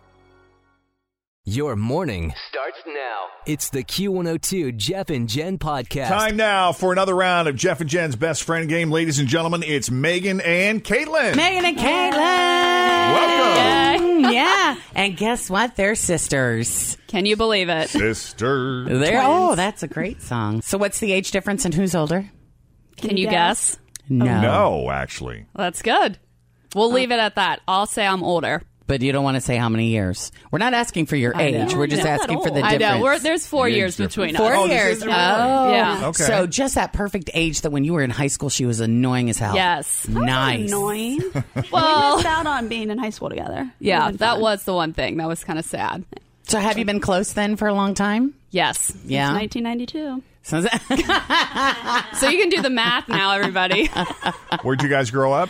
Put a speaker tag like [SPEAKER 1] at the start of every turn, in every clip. [SPEAKER 1] Your morning starts now. It's the Q102 Jeff and Jen podcast.
[SPEAKER 2] Time now for another round of Jeff and Jen's best friend game, ladies and gentlemen. It's Megan and Caitlin.
[SPEAKER 3] Megan and Caitlin.
[SPEAKER 2] Welcome,
[SPEAKER 3] Mm, yeah. And guess what? They're sisters.
[SPEAKER 4] Can you believe it?
[SPEAKER 2] sister.
[SPEAKER 3] They're oh, that's a great song. So what's the age difference and who's older?
[SPEAKER 4] Can you guess? Oh,
[SPEAKER 3] No. Oh.
[SPEAKER 2] No, actually,
[SPEAKER 4] That's good. We'll leave it at that. I'll say I'm older.
[SPEAKER 3] But you don't want to say how many years. We're not asking for your age. We're just asking for the
[SPEAKER 4] I
[SPEAKER 3] difference.
[SPEAKER 4] know. We're, there's four
[SPEAKER 2] Huge
[SPEAKER 4] years
[SPEAKER 2] difference.
[SPEAKER 4] between
[SPEAKER 3] Four
[SPEAKER 4] us.
[SPEAKER 2] Oh, this
[SPEAKER 3] years.
[SPEAKER 2] is right.
[SPEAKER 4] Yeah.
[SPEAKER 2] Okay.
[SPEAKER 3] So just that perfect age that when you were in high school, she was annoying as hell.
[SPEAKER 4] Yes.
[SPEAKER 3] Nice.
[SPEAKER 5] annoying.
[SPEAKER 4] Well,
[SPEAKER 5] Missed out on being in high school together.
[SPEAKER 3] Oh,
[SPEAKER 4] yeah,
[SPEAKER 5] It
[SPEAKER 4] that
[SPEAKER 5] fun.
[SPEAKER 4] was the one thing that was kind of sad.
[SPEAKER 3] So have you been close then for a long time?
[SPEAKER 4] Yes.
[SPEAKER 3] Yeah.
[SPEAKER 5] 1992.
[SPEAKER 3] So is that-
[SPEAKER 4] So you can do the math now, everybody. Oh.
[SPEAKER 2] where'd you guys grow up?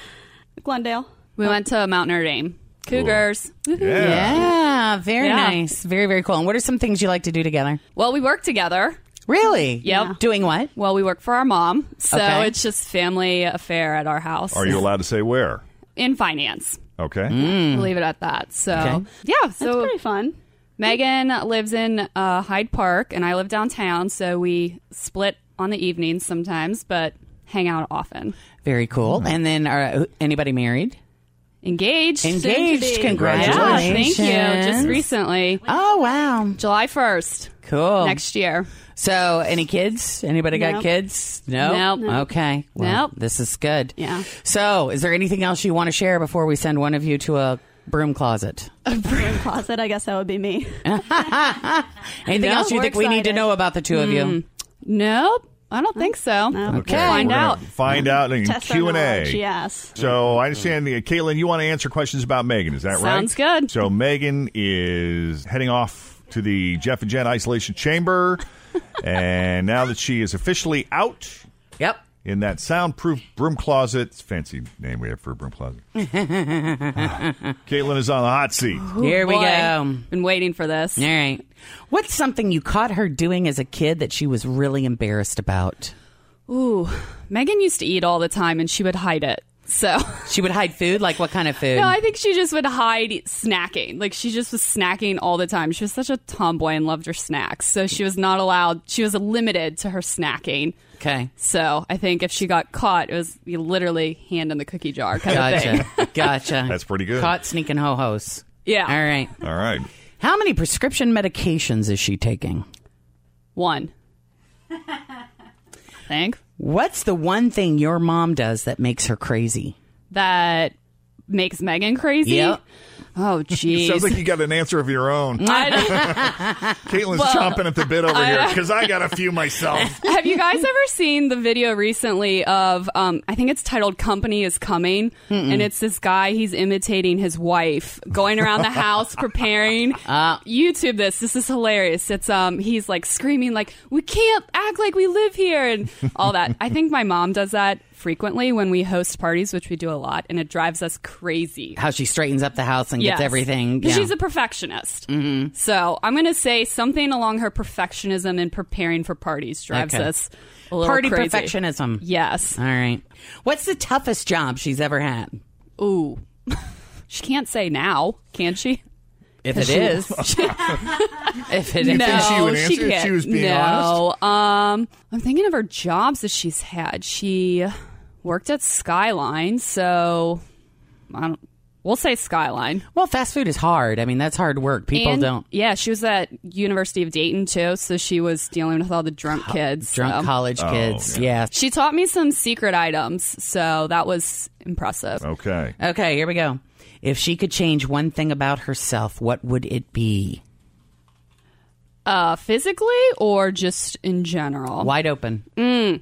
[SPEAKER 5] Glendale.
[SPEAKER 4] we went to Mount Notre Dame. Cougars.
[SPEAKER 3] yeah. Very
[SPEAKER 4] Yeah.
[SPEAKER 3] nice. Very, very cool. And what are some things you like to do together?
[SPEAKER 4] Well, we work together.
[SPEAKER 3] Really?
[SPEAKER 4] Yeah.
[SPEAKER 3] Doing what?
[SPEAKER 4] Well, we work for our mom. So
[SPEAKER 3] Okay.
[SPEAKER 4] it's just family affair at our house.
[SPEAKER 2] Are you allowed to say where?
[SPEAKER 4] in finance.
[SPEAKER 2] Okay.
[SPEAKER 4] Mm. We'll leave it at that. So,
[SPEAKER 3] Hmm. Okay.
[SPEAKER 4] yeah.
[SPEAKER 5] It's
[SPEAKER 4] So
[SPEAKER 5] pretty fun.
[SPEAKER 4] Megan lives in uh, Hyde Park, and I live downtown, so we split on the evenings sometimes, but hang out often.
[SPEAKER 3] Very cool. And then are uh, anybody married?
[SPEAKER 4] Engaged, soon to
[SPEAKER 3] Engaged.
[SPEAKER 4] be.
[SPEAKER 3] Congratulations.
[SPEAKER 4] Yeah, thank you. Just recently,
[SPEAKER 3] Oh wow.
[SPEAKER 4] July first
[SPEAKER 3] Cool.
[SPEAKER 4] next year.
[SPEAKER 3] So any kids? Anybody got
[SPEAKER 5] Nope.
[SPEAKER 3] kids? No.
[SPEAKER 4] Nope.
[SPEAKER 3] Okay. Well,
[SPEAKER 4] Nope.
[SPEAKER 3] This is good.
[SPEAKER 4] Yeah.
[SPEAKER 3] So is there anything else you want to share before we send one of you to a broom closet?
[SPEAKER 5] Room closet. I guess that would be me.
[SPEAKER 3] Anything
[SPEAKER 4] No,
[SPEAKER 3] else you
[SPEAKER 4] we're
[SPEAKER 3] think we need to
[SPEAKER 4] excited. Hmm.
[SPEAKER 3] know about the two of you?
[SPEAKER 4] Nope, I don't think so.
[SPEAKER 3] Oh.
[SPEAKER 2] Okay.
[SPEAKER 4] We'll find
[SPEAKER 2] We're gonna
[SPEAKER 4] out.
[SPEAKER 2] Find out in
[SPEAKER 5] Test our
[SPEAKER 2] Q and
[SPEAKER 5] knowledge,
[SPEAKER 2] A.
[SPEAKER 5] Yes.
[SPEAKER 2] So I understand, uh, Caitlin, you want to answer questions about Megan. Is that right?
[SPEAKER 4] Sounds good.
[SPEAKER 2] So Megan is heading off to the Jeff and Jen isolation chamber, and now that she is officially out,
[SPEAKER 3] Yep.
[SPEAKER 2] in that soundproof broom closet. It's a fancy name we have for a broom closet. Ah, Caitlin is on the hot seat.
[SPEAKER 3] Here we
[SPEAKER 4] Boy,
[SPEAKER 3] go.
[SPEAKER 4] Been waiting for this.
[SPEAKER 3] All right. What's something you caught her doing as a kid that she was really embarrassed about?
[SPEAKER 4] Ooh, Megan used to eat all the time, and she would hide it. So.
[SPEAKER 3] She would hide food. Like what kind of food?
[SPEAKER 4] No, I think she just would hide snacking. Like she just was snacking all the time. She was such a tomboy and loved her snacks. So she was not allowed. She was limited to her snacking.
[SPEAKER 3] okay.
[SPEAKER 4] So I think if she got caught, it was you literally hand in the cookie jar kind of thing.
[SPEAKER 3] Gotcha. gotcha.
[SPEAKER 2] That's pretty good.
[SPEAKER 3] Caught sneaking ho hos.
[SPEAKER 4] Yeah.
[SPEAKER 3] All right.
[SPEAKER 2] All right.
[SPEAKER 3] How many prescription medications is she taking?
[SPEAKER 4] One. I think
[SPEAKER 3] What's the one thing your mom does that makes her crazy?
[SPEAKER 4] that makes Megan crazy.
[SPEAKER 3] Yep.
[SPEAKER 4] Oh,
[SPEAKER 2] Sounds
[SPEAKER 4] jeez.
[SPEAKER 2] like you got an answer of your own.
[SPEAKER 4] I don't-
[SPEAKER 2] Caitlin's chomping at the bit over here because I got a few myself.
[SPEAKER 4] Have you guys ever seen the video recently of um, I think it's titled "Company Is Coming" and it's this guy he's imitating his wife going around the house preparing. YouTube this. This is hilarious. It's um he's like screaming like we can't act like we live here and all that. I think my mom does that frequently when we host parties, which we do a lot, and it drives us crazy.
[SPEAKER 3] How she straightens up the house and gets
[SPEAKER 4] Yes.
[SPEAKER 3] everything.
[SPEAKER 4] 'Cause
[SPEAKER 3] yeah.
[SPEAKER 4] She's a perfectionist. Mm-hmm. So I'm going to say something along her perfectionism and preparing for parties drives
[SPEAKER 3] Okay.
[SPEAKER 4] us a little
[SPEAKER 3] Party
[SPEAKER 4] crazy.
[SPEAKER 3] perfectionism.
[SPEAKER 4] Yes.
[SPEAKER 3] All right. What's the toughest job she's ever had? Uh.
[SPEAKER 4] Ooh. she can't say now, can she?
[SPEAKER 3] If it is. if it is.
[SPEAKER 4] no,
[SPEAKER 2] think she would
[SPEAKER 4] she
[SPEAKER 2] answer if
[SPEAKER 4] can't.
[SPEAKER 2] she was being
[SPEAKER 4] no. Um, I'm thinking of her jobs that she's had. She worked at Skyline, so I don't We'll say Skyline.
[SPEAKER 3] Well, fast food is hard. I mean, that's hard work. People
[SPEAKER 4] And-
[SPEAKER 3] don't.
[SPEAKER 4] Yeah, she was at University of Dayton too, so she was dealing with all the drunk kids.
[SPEAKER 3] Drunk
[SPEAKER 4] so.
[SPEAKER 3] college
[SPEAKER 2] Oh,
[SPEAKER 3] kids. Yeah.
[SPEAKER 4] She taught me some secret items, so that was impressive.
[SPEAKER 2] Okay.
[SPEAKER 3] Okay, here we go. If she could change one thing about herself, what would it be?
[SPEAKER 4] Uh, physically or just in general?
[SPEAKER 3] Wide open.
[SPEAKER 4] Okay,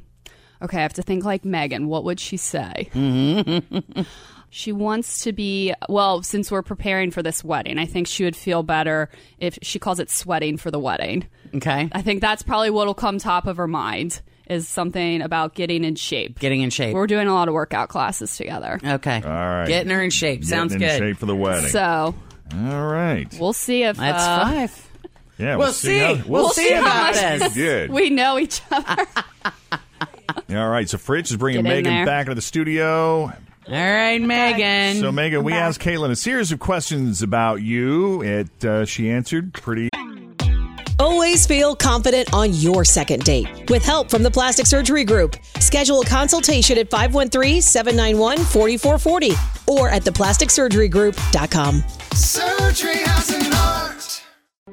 [SPEAKER 4] I have to think like Megan. What would she say?
[SPEAKER 3] Mm-hmm.
[SPEAKER 4] she wants to be, well, since we're preparing for this wedding, I think she would feel better if she calls it sweating for the wedding.
[SPEAKER 3] Okay.
[SPEAKER 4] I think that's probably what'll come top of her mind is something about getting in shape.
[SPEAKER 3] Getting in shape.
[SPEAKER 4] We're doing a lot of workout classes together.
[SPEAKER 3] Okay.
[SPEAKER 2] All right.
[SPEAKER 3] Getting her in shape. Sounds
[SPEAKER 2] Getting in
[SPEAKER 3] good.
[SPEAKER 2] shape for the wedding.
[SPEAKER 4] So
[SPEAKER 2] All right.
[SPEAKER 4] we'll see if
[SPEAKER 3] That's
[SPEAKER 4] uh,
[SPEAKER 3] five.
[SPEAKER 2] Yeah.
[SPEAKER 3] We'll see.
[SPEAKER 2] how-
[SPEAKER 3] We'll see
[SPEAKER 4] how
[SPEAKER 3] about
[SPEAKER 4] much-
[SPEAKER 3] this.
[SPEAKER 2] Good.
[SPEAKER 4] we know each other.
[SPEAKER 2] All right. So Fritz is bringing
[SPEAKER 4] Get in
[SPEAKER 2] Megan
[SPEAKER 4] there.
[SPEAKER 2] back into the studio.
[SPEAKER 3] All right, Megan.
[SPEAKER 2] So Megan, we asked Caitlin a series of questions about you. It uh, she answered pretty.
[SPEAKER 6] Always feel confident on your second date. With help from the Plastic Surgery Group, schedule a consultation at 513-791-4440 or at theplasticsurgerygroup.com.
[SPEAKER 7] Surgery has an art.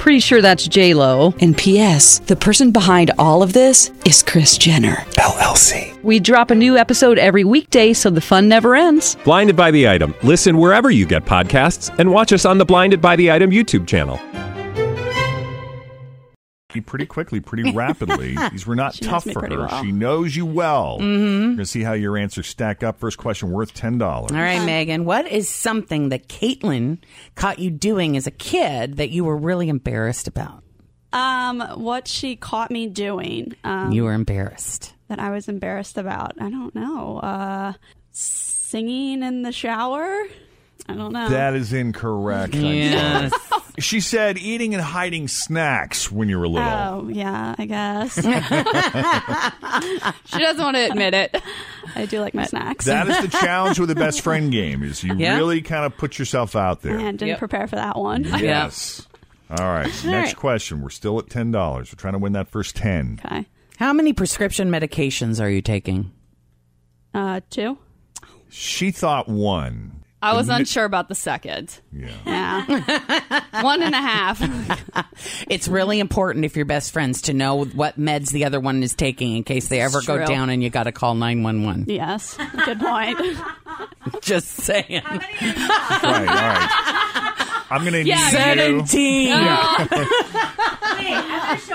[SPEAKER 8] Pretty sure that's J Lo.
[SPEAKER 6] And PS, the person behind all of this is Chris Jenner.
[SPEAKER 9] LLC.
[SPEAKER 8] We drop a new episode every weekday, so the fun never ends.
[SPEAKER 9] Blinded by the item. Listen wherever you get podcasts, and watch us on the Blinded by the Item YouTube channel.
[SPEAKER 2] Pretty quickly, pretty rapidly. These were not
[SPEAKER 5] She knows
[SPEAKER 2] tough
[SPEAKER 5] me
[SPEAKER 2] for
[SPEAKER 5] pretty
[SPEAKER 2] her.
[SPEAKER 5] well.
[SPEAKER 2] She knows you well. Mm-hmm. We're gonna see how your answers stack up. First question worth ten dollars.
[SPEAKER 3] All right, Megan. What is something that Caitlin caught you doing as a kid that you were really embarrassed about?
[SPEAKER 5] Um, what she caught me doing um,
[SPEAKER 3] you were embarrassed.
[SPEAKER 5] that I was embarrassed about. I don't know. Uh, singing in the shower. I don't know.
[SPEAKER 2] That is incorrect. I'm
[SPEAKER 3] Yes.
[SPEAKER 2] sorry. she said eating and hiding snacks when you were little.
[SPEAKER 5] Oh yeah, I guess
[SPEAKER 4] she doesn't want to admit it.
[SPEAKER 5] I do like my snacks.
[SPEAKER 2] That is the challenge with the best friend game is you
[SPEAKER 3] Yeah.
[SPEAKER 2] really kind of put yourself out there.
[SPEAKER 5] and didn't
[SPEAKER 3] Yep.
[SPEAKER 5] prepare for that one.
[SPEAKER 2] Yes. All right. Next question. We're still at ten dollars. We're trying to win that first ten.
[SPEAKER 5] Okay,
[SPEAKER 3] How many prescription medications are you taking?
[SPEAKER 5] uh, two.
[SPEAKER 2] She thought one.
[SPEAKER 4] I was unsure about the second.
[SPEAKER 2] Yeah.
[SPEAKER 5] Yeah,
[SPEAKER 4] One and a half.
[SPEAKER 3] It's really important if you're best friends to know what meds the other one is taking in case they ever
[SPEAKER 4] It's
[SPEAKER 3] go
[SPEAKER 4] true.
[SPEAKER 3] down and you got to call 911.
[SPEAKER 5] yes. Good point.
[SPEAKER 3] Just saying.
[SPEAKER 2] Right. All right. I'm gonna
[SPEAKER 4] Yeah,
[SPEAKER 2] need
[SPEAKER 3] 17.
[SPEAKER 2] you.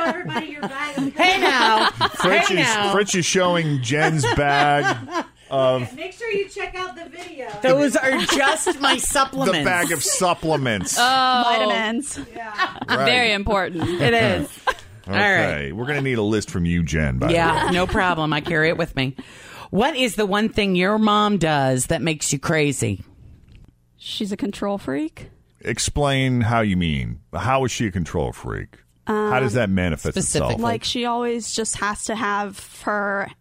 [SPEAKER 3] Hey now.
[SPEAKER 2] Fritz
[SPEAKER 3] Hey,
[SPEAKER 2] is,
[SPEAKER 3] now.
[SPEAKER 2] Fritz is showing Jen's bag of
[SPEAKER 7] Make sure you check out the video.
[SPEAKER 3] Those are just my
[SPEAKER 2] the
[SPEAKER 3] supplements. Uh,
[SPEAKER 2] bag of supplements.
[SPEAKER 4] Oh.
[SPEAKER 5] Vitamins.
[SPEAKER 2] Right.
[SPEAKER 4] Very important.
[SPEAKER 3] It is.
[SPEAKER 2] Okay.
[SPEAKER 3] right.
[SPEAKER 2] We're gonna need a list from you, Jen. By the way.
[SPEAKER 3] Yeah, no problem. I carry it with me. What is the one thing your mom does that makes you crazy?
[SPEAKER 5] She's a control freak.
[SPEAKER 2] Explain how you mean. How is she a control freak? how does that manifest itself?
[SPEAKER 3] specifically.
[SPEAKER 5] Like she always just has to have her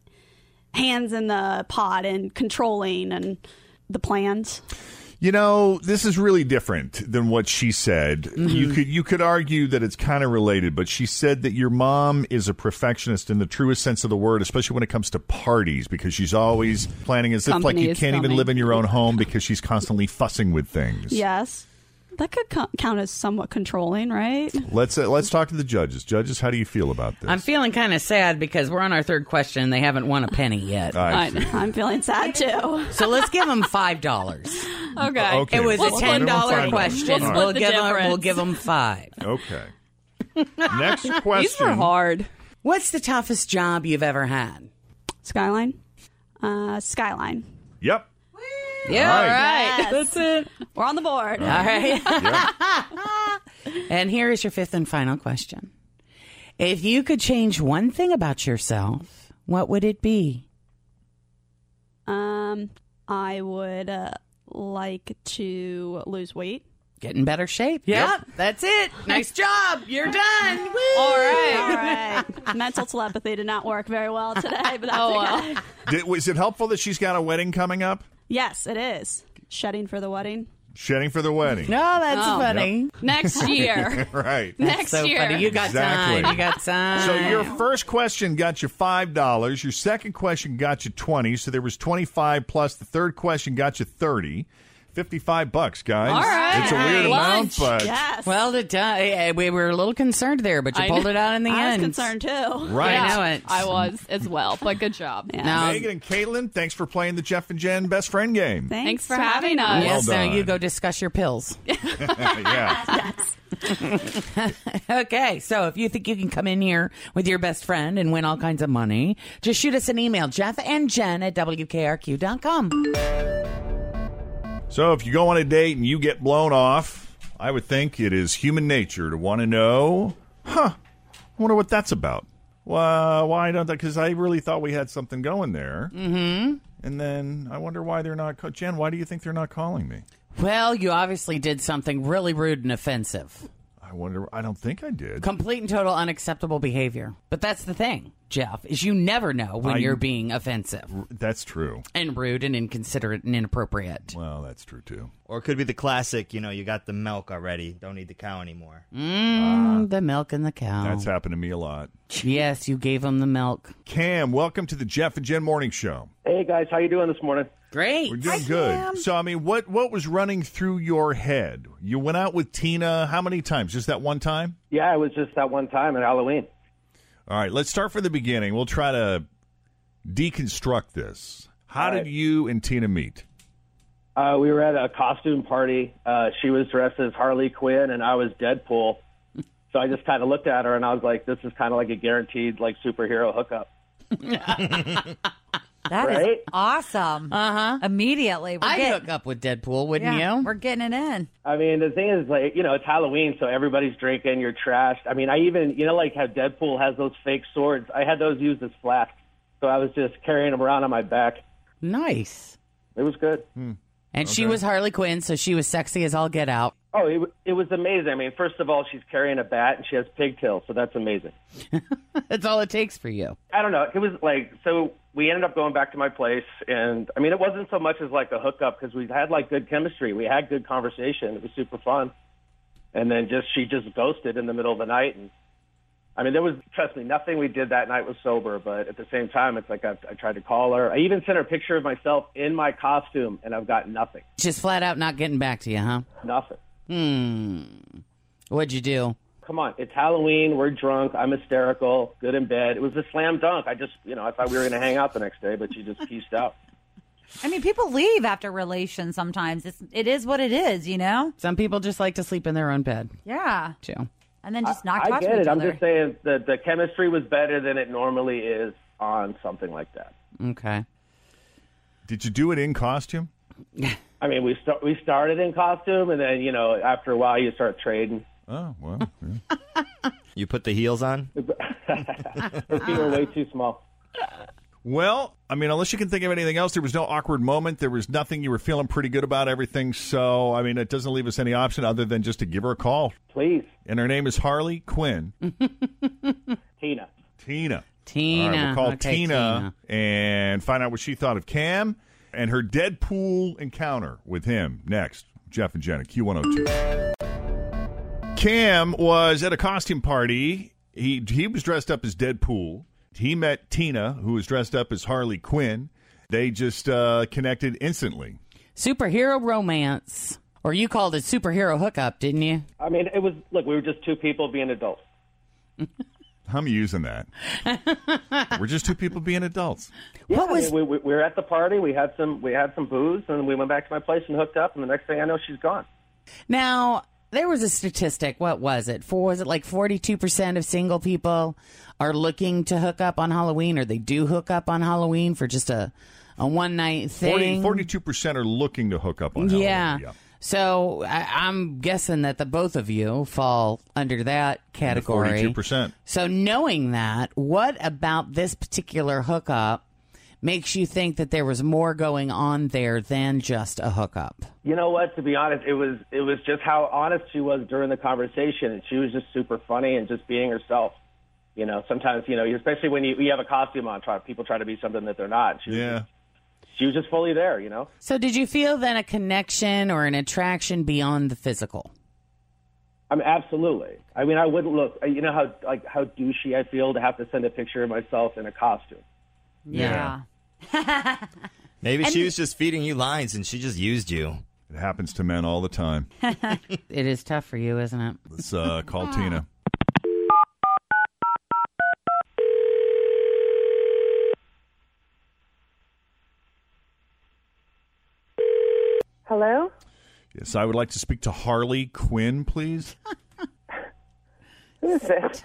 [SPEAKER 5] hands in the pot and controlling and the plans.
[SPEAKER 2] You know, this is really different than what she said.
[SPEAKER 3] Mm-hmm.
[SPEAKER 2] You could you could argue that it's kind of related, but she said that your mom is a perfectionist in the truest sense of the word, especially when it comes to parties, because she's always planning as if like
[SPEAKER 4] Company
[SPEAKER 2] you
[SPEAKER 4] is
[SPEAKER 2] can't even
[SPEAKER 4] coming.
[SPEAKER 2] live in your own home because she's constantly fussing with things.
[SPEAKER 5] Yes, that could co- count as somewhat controlling, right?
[SPEAKER 2] Let's uh, let's talk to the judges. Judges, how do you feel about this?
[SPEAKER 3] I'm feeling kind of sad because we're on our third question and they haven't won a penny yet.
[SPEAKER 2] I see.
[SPEAKER 5] I'm feeling sad too.
[SPEAKER 3] so let's give them five dollars.
[SPEAKER 4] Okay.
[SPEAKER 2] Okay.
[SPEAKER 3] It was
[SPEAKER 2] We'll
[SPEAKER 3] a
[SPEAKER 2] split
[SPEAKER 3] ten
[SPEAKER 2] it. We'll
[SPEAKER 3] dollar
[SPEAKER 2] find out.
[SPEAKER 3] question.
[SPEAKER 4] We'll
[SPEAKER 3] We'll,
[SPEAKER 4] split the
[SPEAKER 3] give them. We'll
[SPEAKER 4] difference.
[SPEAKER 3] give them five.
[SPEAKER 2] Okay. Next question.
[SPEAKER 4] These were hard.
[SPEAKER 3] What's the toughest job you've ever had?
[SPEAKER 5] Skyline. Uh, Skyline.
[SPEAKER 2] Yep.
[SPEAKER 3] Yeah.
[SPEAKER 2] All right.
[SPEAKER 4] Right.
[SPEAKER 5] That's
[SPEAKER 3] it.
[SPEAKER 5] We're on the board.
[SPEAKER 3] All right. and here is your fifth and final question. If you could change one thing about yourself, what would it be?
[SPEAKER 5] Um, I would uh, like to lose weight.
[SPEAKER 3] Get in better shape. Yep, that's it. Nice job. You're done. Woo.
[SPEAKER 4] All right.
[SPEAKER 5] All right. Mental telepathy did not work very well today, but that's
[SPEAKER 4] Oh,
[SPEAKER 5] okay.
[SPEAKER 4] well.
[SPEAKER 2] Did, was it helpful that she's got a wedding coming up?
[SPEAKER 5] Yes, it is. Shedding for the wedding.
[SPEAKER 2] Shedding for the wedding.
[SPEAKER 5] No, that's Oh. funny.
[SPEAKER 2] Yep.
[SPEAKER 5] Next year.
[SPEAKER 2] right.
[SPEAKER 5] Next That's so year. funny. You got time. You
[SPEAKER 3] got time.
[SPEAKER 2] So your first question got you five dollars. Your second question got you twenty. So there was twenty five plus the third question got you thirty. Fifty five bucks, guys.
[SPEAKER 3] All right.
[SPEAKER 2] It's a weird amount, but
[SPEAKER 3] well, it, uh, we were a little concerned there, but you
[SPEAKER 4] I
[SPEAKER 3] pulled
[SPEAKER 4] know.
[SPEAKER 3] it out in the
[SPEAKER 4] I was
[SPEAKER 3] end.
[SPEAKER 4] concerned,
[SPEAKER 5] too.
[SPEAKER 3] Right.
[SPEAKER 4] Yeah,
[SPEAKER 3] I know it.
[SPEAKER 4] I was as well, but good job.
[SPEAKER 3] Um,
[SPEAKER 2] Megan and Caitlin, thanks for playing the Jeff and Jen best friend game.
[SPEAKER 4] Thanks for having us.
[SPEAKER 3] uh, Yes,
[SPEAKER 2] Well
[SPEAKER 3] now
[SPEAKER 2] done.
[SPEAKER 3] you go discuss your pills.
[SPEAKER 2] yeah.
[SPEAKER 3] okay, so if you think you can come in here with your best friend and win all kinds of money, just shoot us an email, Jeff and Jen at WKRQ.com.
[SPEAKER 2] So if you go on a date and you get blown off, I would think it is human nature to want to know, huh? I wonder what that's about. Why? Why don't? Because I really thought we had something going there.
[SPEAKER 3] Mm-hmm.
[SPEAKER 2] And then I wonder why they're not. Call- Jen, why do you think they're not calling me?
[SPEAKER 3] Well, you obviously did something really rude and offensive.
[SPEAKER 2] I wonder. I don't think I did.
[SPEAKER 3] Complete and total unacceptable behavior. But that's the thing, Jeff, is you never know when
[SPEAKER 2] I-
[SPEAKER 3] you're being offensive
[SPEAKER 2] That's true.
[SPEAKER 3] and rude and inconsiderate and inappropriate.
[SPEAKER 2] Well, that's true too.
[SPEAKER 10] Or it could be the classic, you know, you got the milk already, don't need the cow anymore.
[SPEAKER 3] Mm, the milk and the cow.
[SPEAKER 2] That's happened to me a lot.
[SPEAKER 3] Yes, you gave him the milk.
[SPEAKER 2] Cam, welcome to the Jeff and Jen Morning Show.
[SPEAKER 11] Hey guys, how you doing this morning?
[SPEAKER 3] Great.
[SPEAKER 2] We're doing good. So, I mean, what what was running through your head? You went out with Tina how many times? Just that one time?
[SPEAKER 11] Yeah, it was just that one time at Halloween.
[SPEAKER 2] All right, let's start from the beginning. We'll try to deconstruct this. How did you and Tina meet?
[SPEAKER 11] Uh, we were at a costume party. Uh, she was dressed as Harley Quinn and I was Deadpool. so I just kind of looked at her and I was like, this is kind of like a guaranteed like superhero hookup.
[SPEAKER 12] That is
[SPEAKER 11] Right?
[SPEAKER 12] awesome. Uh huh.
[SPEAKER 3] Uh-huh.
[SPEAKER 12] Immediately, we're
[SPEAKER 3] I'd
[SPEAKER 12] getting-
[SPEAKER 3] hook up with Deadpool, wouldn't
[SPEAKER 12] Yeah,
[SPEAKER 3] you?
[SPEAKER 12] We're getting it in.
[SPEAKER 11] I mean, the thing is, like, you know, it's Halloween, so everybody's drinking, you're trashed. I mean, I even, you know, like how Deadpool has those fake swords. I had those used as flasks. So I was just carrying them around on my back.
[SPEAKER 3] Nice.
[SPEAKER 11] It was good.
[SPEAKER 3] And she was Harley Quinn, so she was sexy as all get out.
[SPEAKER 11] Oh, it, it was amazing. I mean, first of all, she's carrying a bat and she has pigtails, so that's amazing.
[SPEAKER 3] That's all it takes for you.
[SPEAKER 11] I don't know. It was like so. We ended up going back to my place, and I mean, it wasn't so much as like a hookup because we had like good chemistry. We had good conversation. It was super fun. And then just she just ghosted in the middle of the night, and I mean, there was trust me, nothing we did that night was sober. But at the same time, it's like I, I tried to call her. I even sent her a picture of myself in my costume, and I've got nothing,
[SPEAKER 3] Just flat out not getting back to you, huh?
[SPEAKER 11] nothing.
[SPEAKER 3] Hmm. What'd you do?
[SPEAKER 11] Come on, it's Halloween. We're drunk. I'm hysterical. Good in bed. It was a slam dunk. I just, you know, I thought we were going to hang out the next day, but she just pieced out.
[SPEAKER 12] I mean, people leave after relations sometimes. It's, it is what it is, you know?
[SPEAKER 3] Some people just like to sleep in their own bed,
[SPEAKER 12] Yeah.
[SPEAKER 3] too.
[SPEAKER 12] And then just not
[SPEAKER 11] I
[SPEAKER 12] talk
[SPEAKER 11] get
[SPEAKER 12] to each
[SPEAKER 11] it. I'm
[SPEAKER 12] other.
[SPEAKER 11] just saying that the chemistry was better than it normally is on something like that.
[SPEAKER 3] Okay.
[SPEAKER 2] Did you do it in costume?
[SPEAKER 11] I mean, we start we started in costume, and then you know, after a while, you start trading.
[SPEAKER 2] Oh well.
[SPEAKER 10] You put the heels on?
[SPEAKER 11] Her feet were
[SPEAKER 12] Ah.
[SPEAKER 11] way too small.
[SPEAKER 2] Well, I mean, unless you can think of anything else, there was no awkward moment. There was nothing. You were feeling pretty good about everything. So, I mean, it doesn't leave us any option other than just to give her a call.
[SPEAKER 11] Please.
[SPEAKER 2] And her name is Harley Quinn.
[SPEAKER 11] Tina.
[SPEAKER 2] Tina.
[SPEAKER 3] Tina.
[SPEAKER 2] All right, we'll call
[SPEAKER 3] Okay,
[SPEAKER 2] Tina, and find out what she thought of Cam and her Deadpool encounter with him next. Jeff and Jenna, Q102. Cam was at a costume party. He he was dressed up as Deadpool. He met Tina, who was dressed up as Harley Quinn. They just uh, connected instantly.
[SPEAKER 3] Superhero romance. Or you called it superhero hookup, didn't you?
[SPEAKER 11] I mean, it was look. We were just two people being adults.
[SPEAKER 2] I'm using that. We're just two people being adults.
[SPEAKER 11] Yeah, what was we, we, we were at the party. We had some we had some booze, and we went back to my place and hooked up. And the next thing I know, she's gone.
[SPEAKER 3] Now, there was a statistic. What was it? For was it like 42% of single people are looking to hook up on Halloween or they do hook up on Halloween for just a, a one night thing?
[SPEAKER 2] 42 percent are looking to hook up on. Halloween.
[SPEAKER 3] yeah. So I, I'm guessing that the both of you fall under that category.
[SPEAKER 2] 42%.
[SPEAKER 3] So knowing that, what about this particular hookup makes you think that there was more going on there than just a hookup?
[SPEAKER 11] You know what? To be honest, it was it was just how honest she was during the conversation, and she was just super funny and just being herself. You know, sometimes you know, especially when you, you have a costume on, try people try to be something that they're not. She was
[SPEAKER 2] Yeah.
[SPEAKER 11] she was just fully there, you know?
[SPEAKER 3] So, did you feel then a connection or an attraction beyond the physical?
[SPEAKER 11] I mean, absolutely. I mean, I wouldn't look. You know how like how douchey I feel to have to send a picture of myself in a costume.
[SPEAKER 10] Yeah. Maybe she was just feeding you lines and she just used you.
[SPEAKER 2] It happens to men all the time.
[SPEAKER 3] it is tough for you, isn't it?
[SPEAKER 2] Let's uh, call Tina.
[SPEAKER 13] Hello?
[SPEAKER 2] Yes, I would like to speak to Harley Quinn, please.
[SPEAKER 13] Who is this?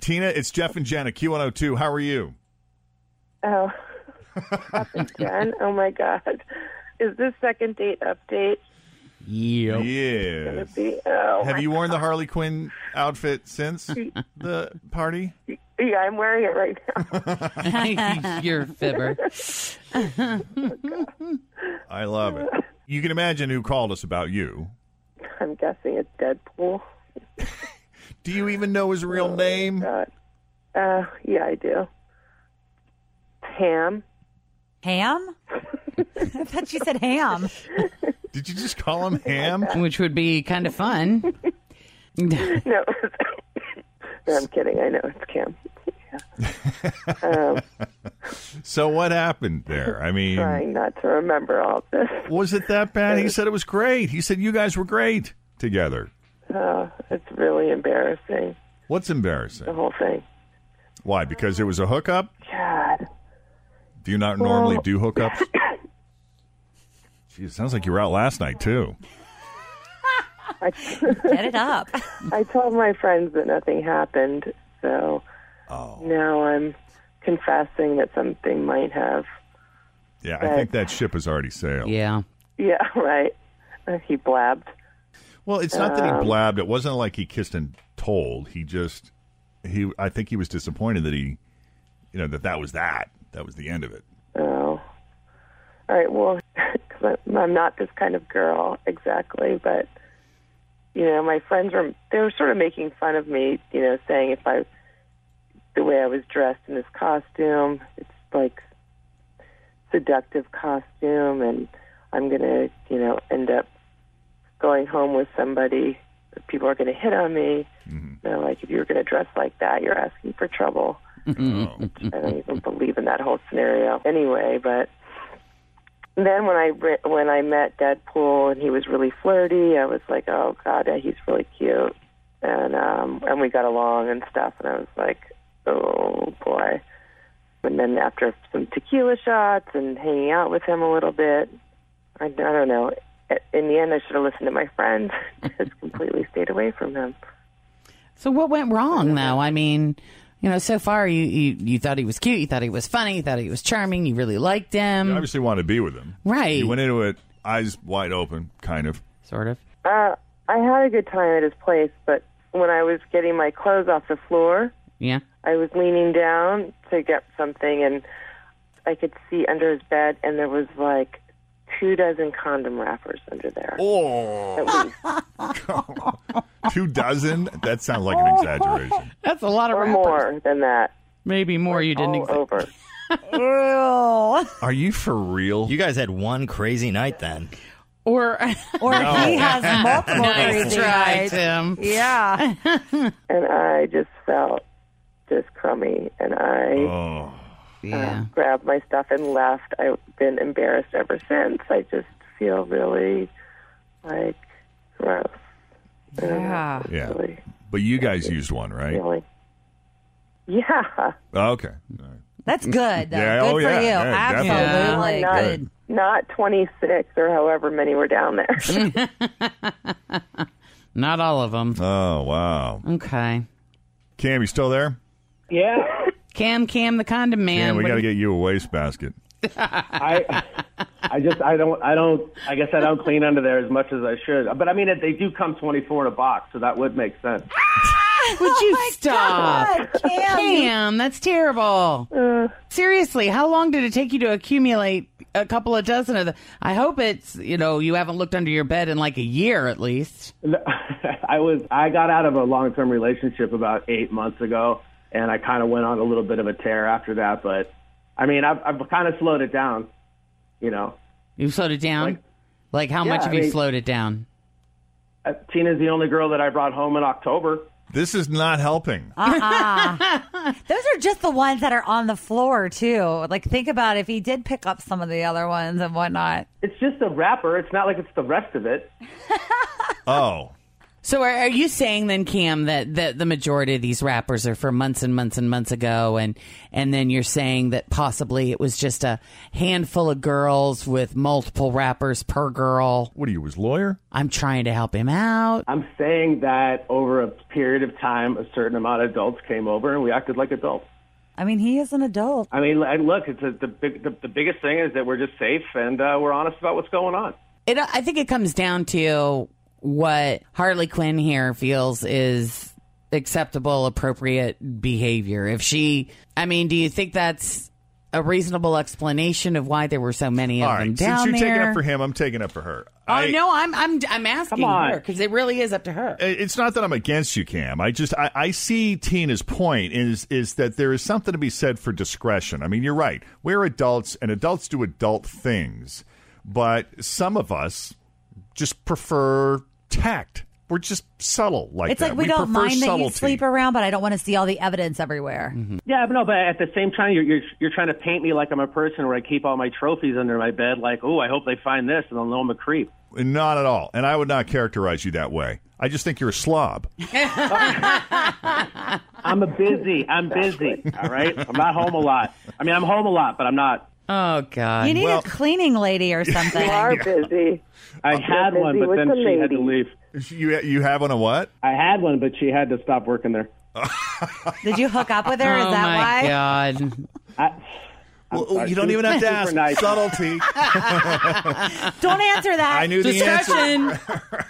[SPEAKER 2] Tina, it's Jeff and Jen at Q102. How are you?
[SPEAKER 13] Oh. Jen. Oh my God. Is this second date update?
[SPEAKER 2] Yeah.
[SPEAKER 13] gonna be- oh
[SPEAKER 2] Have
[SPEAKER 13] my
[SPEAKER 2] you worn the Harley Quinn outfit since the party?
[SPEAKER 13] Yeah, I'm wearing it right now.
[SPEAKER 3] You're a fibber.
[SPEAKER 2] I love it. You can imagine who called us about you.
[SPEAKER 13] I'm guessing it's Deadpool.
[SPEAKER 2] Do you even know his real name?
[SPEAKER 13] Uh, yeah, I do. Ham.
[SPEAKER 12] Ham? I thought you said ham.
[SPEAKER 2] Did you just call him ham?
[SPEAKER 3] Which would be kind of fun.
[SPEAKER 13] no. no, I'm kidding. I know it's Cam. Yeah. um,
[SPEAKER 2] So what happened there? I mean,
[SPEAKER 13] trying not to remember all of this.
[SPEAKER 2] was it that bad? He said it was great. He said you guys were great together.
[SPEAKER 13] Oh, it's really embarrassing.
[SPEAKER 2] What's embarrassing?
[SPEAKER 13] The whole thing.
[SPEAKER 2] Why? Because it was a hookup?
[SPEAKER 13] God.
[SPEAKER 2] Do you not
[SPEAKER 13] Well-
[SPEAKER 2] normally do hookups? Geez, sounds like you were out last night too.
[SPEAKER 13] I, Get
[SPEAKER 12] it up.
[SPEAKER 13] I told my friends that nothing happened, so now I'm confessing that something might have.
[SPEAKER 2] Yeah, I think that ship has already sailed.
[SPEAKER 3] Yeah.
[SPEAKER 13] Yeah, right. Uh, He blabbed.
[SPEAKER 2] Well, it's not that
[SPEAKER 13] Um,
[SPEAKER 2] he blabbed. It wasn't like he kissed and told. He just he. I think he was disappointed that he, you know, that that was that. That was the end of it.
[SPEAKER 13] Oh. All right, well, because I'm not this kind of girl exactly, but, you know, my friends were, they were sort of making fun of me, you know, saying if I, the way I was dressed in this costume, it's like seductive costume, and I'm going to, you know, end up going home with somebody. People are going to hit on me. They're like, if you're going to dress like that, you're asking for trouble. I don't even believe in that whole scenario anyway. But then when I re- when I met Deadpool and he was really flirty, I was like, oh god, yeah, he's really cute, and um, and we got along and stuff, and I was like, oh boy. And then after some tequila shots and hanging out with him a little bit, I, I don't know. In the end, I should have listened to my friends. Just completely stayed away from him.
[SPEAKER 3] So what went wrong though? I mean, you know, so far you, you you thought he was cute, you thought he was funny, you thought he was charming, you really liked
[SPEAKER 12] Um,
[SPEAKER 3] him.
[SPEAKER 2] You obviously wanted to be with him,
[SPEAKER 3] Right.
[SPEAKER 2] You went into it eyes wide open, kind of,
[SPEAKER 3] sort of.
[SPEAKER 13] Uh, I had a good time at his place, but when I was getting my clothes off the floor,
[SPEAKER 3] Yeah.
[SPEAKER 13] I was leaning down to get something, and I could see under his bed, and there was like two dozen condom wrappers under there.
[SPEAKER 2] Oh, Two dozen? That sounds like an exaggeration.
[SPEAKER 3] That's a lot of
[SPEAKER 13] or more than that.
[SPEAKER 3] Maybe more you
[SPEAKER 11] Oh,
[SPEAKER 3] didn't
[SPEAKER 13] all over.
[SPEAKER 12] Ew.
[SPEAKER 2] Are you for real?
[SPEAKER 10] You guys had one crazy night then.
[SPEAKER 3] Or
[SPEAKER 12] or
[SPEAKER 10] No.
[SPEAKER 12] he has multiple
[SPEAKER 10] Nice
[SPEAKER 12] crazy
[SPEAKER 10] try,
[SPEAKER 12] nights.
[SPEAKER 3] Tim.
[SPEAKER 12] Yeah.
[SPEAKER 13] and I just felt just crummy, and I
[SPEAKER 2] Oh,
[SPEAKER 13] uh, grabbed my stuff and left. I've been embarrassed ever since. I just feel really like gross.
[SPEAKER 12] Yeah.
[SPEAKER 2] Yeah. But you guys used one, right?
[SPEAKER 13] Yeah.
[SPEAKER 2] Oh, okay.
[SPEAKER 12] That's good, though.
[SPEAKER 2] Yeah,
[SPEAKER 12] good
[SPEAKER 2] oh,
[SPEAKER 12] for
[SPEAKER 2] yeah,
[SPEAKER 12] you.
[SPEAKER 2] yeah,
[SPEAKER 12] Absolutely.
[SPEAKER 2] definitely. Yeah.
[SPEAKER 13] not,
[SPEAKER 2] Good.
[SPEAKER 13] not 26 or however many were down there.
[SPEAKER 3] Not all of them.
[SPEAKER 2] Oh, wow.
[SPEAKER 3] Okay.
[SPEAKER 2] Cam, you still there?
[SPEAKER 11] Yeah.
[SPEAKER 3] Cam Cam the condom man.
[SPEAKER 2] Cam, we
[SPEAKER 3] What
[SPEAKER 2] got to
[SPEAKER 3] do you-
[SPEAKER 2] get you a wastebasket.
[SPEAKER 11] I I just I don't I don't I guess I don't clean under there as much as I should. But I mean they do come 24 in a box, so that would make sense.
[SPEAKER 3] Would you stop?
[SPEAKER 12] God, Cam.
[SPEAKER 3] Cam, that's terrible. Seriously, how long did it take you to accumulate a couple of dozen of the I hope it's, you know, you haven't looked under your bed in like a year at least.
[SPEAKER 11] I was I got out of a long-term relationship about 8 months ago and I kind of went on a little bit of a tear after that, but I mean I've I've kind of slowed it down. you know.
[SPEAKER 3] You slowed it down? Like, how
[SPEAKER 11] Yeah,
[SPEAKER 3] much have
[SPEAKER 11] I
[SPEAKER 3] you
[SPEAKER 11] mean-
[SPEAKER 3] slowed it down?
[SPEAKER 11] Uh, Tina's the only girl that I brought home in October.
[SPEAKER 2] This is not helping.
[SPEAKER 12] Uh-huh. Uh-uh. Those are just the ones that are on the floor too. Like think about if he did pick up some of the other ones and whatnot.
[SPEAKER 11] It's just a wrapper. It's not like it's the rest of it.
[SPEAKER 2] Oh.
[SPEAKER 3] So are, are you saying then, Cam, that, that the majority of these rappers are from months and months and months ago, and and then you're saying that possibly it was just a handful of girls with multiple rappers per girl?
[SPEAKER 2] What are you, his lawyer?
[SPEAKER 3] I'm trying to help him out.
[SPEAKER 11] I'm saying that over a period of time, a certain amount of adults came over and we acted like adults.
[SPEAKER 12] I mean, he is an adult.
[SPEAKER 11] I mean, and look, it's a, the, big, the the biggest thing is that we're just safe and uh, we're honest about what's going on.
[SPEAKER 3] It, I think it comes down to what Harley Quinn here feels is acceptable, appropriate behavior. If she, I mean, do you think that's a reasonable explanation of why there were so many of
[SPEAKER 2] All
[SPEAKER 3] them
[SPEAKER 2] right.
[SPEAKER 3] down
[SPEAKER 2] Since you're
[SPEAKER 3] there?
[SPEAKER 2] taking up for him, I'm taking up for her.
[SPEAKER 3] oh no, I'm I'm I'm asking
[SPEAKER 2] Come on.
[SPEAKER 3] her because it really is up to her.
[SPEAKER 2] It's not that I'm against you, Cam. I just I, I see Tina's point is is that there is something to be said for discretion. I mean, you're right. We're adults, and adults do adult things, but some of us just prefer tact. We're just subtle like
[SPEAKER 12] it's
[SPEAKER 2] that.
[SPEAKER 12] like we, don't
[SPEAKER 2] prefer
[SPEAKER 12] mind that you
[SPEAKER 2] subtlety. Mm-hmm.
[SPEAKER 12] sleep around, but I don't want to see all the evidence everywhere.
[SPEAKER 11] Yeah, but no, but at the same time, you're, you're you're trying to paint me like I'm a person where I keep all my trophies under my bed. Like, oh, I hope they find this, and they'll know I'm a creep.
[SPEAKER 2] Not at all. And I would not characterize you that way. I just think you're a slob.
[SPEAKER 11] I'm a busy. I'm busy. All right, I'm not home a lot. I mean, I'm home a lot, but I'm not.
[SPEAKER 3] Oh God!
[SPEAKER 12] You need a cleaning lady or something.
[SPEAKER 11] You are
[SPEAKER 13] busy.
[SPEAKER 11] I had
[SPEAKER 12] busy
[SPEAKER 11] one, but
[SPEAKER 12] with
[SPEAKER 11] then
[SPEAKER 12] the
[SPEAKER 11] she had to leave.
[SPEAKER 2] You you have one a what?
[SPEAKER 11] I had one, but she had to stop working there.
[SPEAKER 12] Did you hook up with her?
[SPEAKER 10] Oh,
[SPEAKER 12] Is that why?
[SPEAKER 3] Oh, God!
[SPEAKER 2] Well,
[SPEAKER 11] sorry.
[SPEAKER 2] you don't even have to
[SPEAKER 11] Super
[SPEAKER 2] ask.
[SPEAKER 11] nice.
[SPEAKER 2] Subtlety.
[SPEAKER 12] Don't answer that.
[SPEAKER 2] I knew the
[SPEAKER 3] discretion.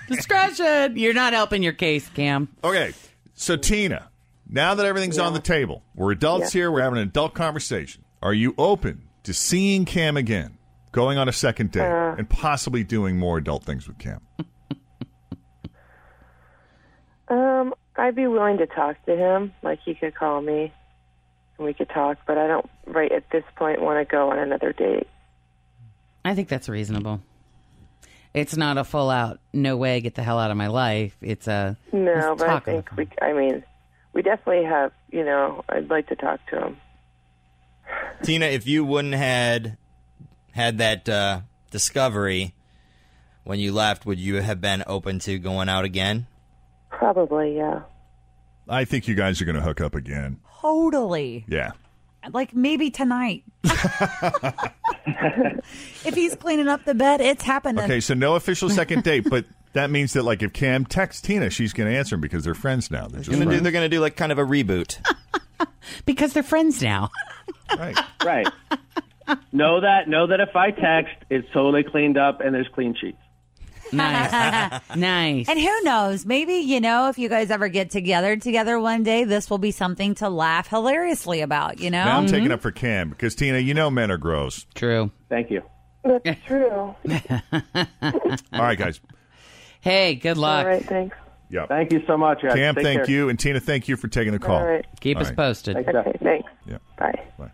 [SPEAKER 3] discretion. You're not helping your case, Cam.
[SPEAKER 2] Okay, so Tina, now that everything's on the table, we're adults here. We're having an adult conversation. Are you open to seeing Cam again, going on a second date,
[SPEAKER 13] Uh.
[SPEAKER 2] and possibly doing more adult things with Cam?
[SPEAKER 13] Um, I'd be willing to talk to him. Like he could call me, and we could talk. But I don't right at this point want to go on another date.
[SPEAKER 3] I think that's reasonable. It's not a full out no way get the hell out of my life. It's a
[SPEAKER 13] No,
[SPEAKER 3] let's
[SPEAKER 13] but I
[SPEAKER 3] talk
[SPEAKER 13] think we. I mean, we definitely have. You know, I'd like to talk to him.
[SPEAKER 10] Tina, if you wouldn't had had that uh, discovery when you left, would you have been open to going out again?
[SPEAKER 13] Probably, yeah.
[SPEAKER 2] I think you guys are going to hook up again.
[SPEAKER 12] Totally.
[SPEAKER 2] Yeah.
[SPEAKER 12] Like maybe tonight. if he's cleaning up the bed, it's happening.
[SPEAKER 2] Okay, so no official second date, but that means that like if Cam texts Tina, she's going to answer him because they're friends now. They're just
[SPEAKER 10] Gonna do-
[SPEAKER 2] friends.
[SPEAKER 10] they're going to do like kind of a reboot.
[SPEAKER 3] because they're friends now.
[SPEAKER 2] right.
[SPEAKER 11] Right. know that. Know that if I text, it's totally cleaned up and there's clean sheets.
[SPEAKER 3] Nice. nice.
[SPEAKER 12] And who knows? Maybe, you know, if you guys ever get together together one day, this will be something to laugh hilariously about, you know?
[SPEAKER 2] Now I'm taking up for Cam because Tina, you know men are gross.
[SPEAKER 3] True.
[SPEAKER 11] Thank you.
[SPEAKER 13] That's true.
[SPEAKER 2] All right, guys.
[SPEAKER 3] Hey, good luck.
[SPEAKER 13] All right, thanks.
[SPEAKER 2] Yeah.
[SPEAKER 11] Thank you so much, guys.
[SPEAKER 2] Cam,
[SPEAKER 11] Take
[SPEAKER 2] thank
[SPEAKER 11] care.
[SPEAKER 2] you, and Tina, thank you for taking the call.
[SPEAKER 13] All right.
[SPEAKER 3] Keep
[SPEAKER 2] All
[SPEAKER 3] us
[SPEAKER 2] right.
[SPEAKER 3] posted.
[SPEAKER 13] Okay, thanks.
[SPEAKER 2] Yeah.
[SPEAKER 13] Bye.
[SPEAKER 2] Bye.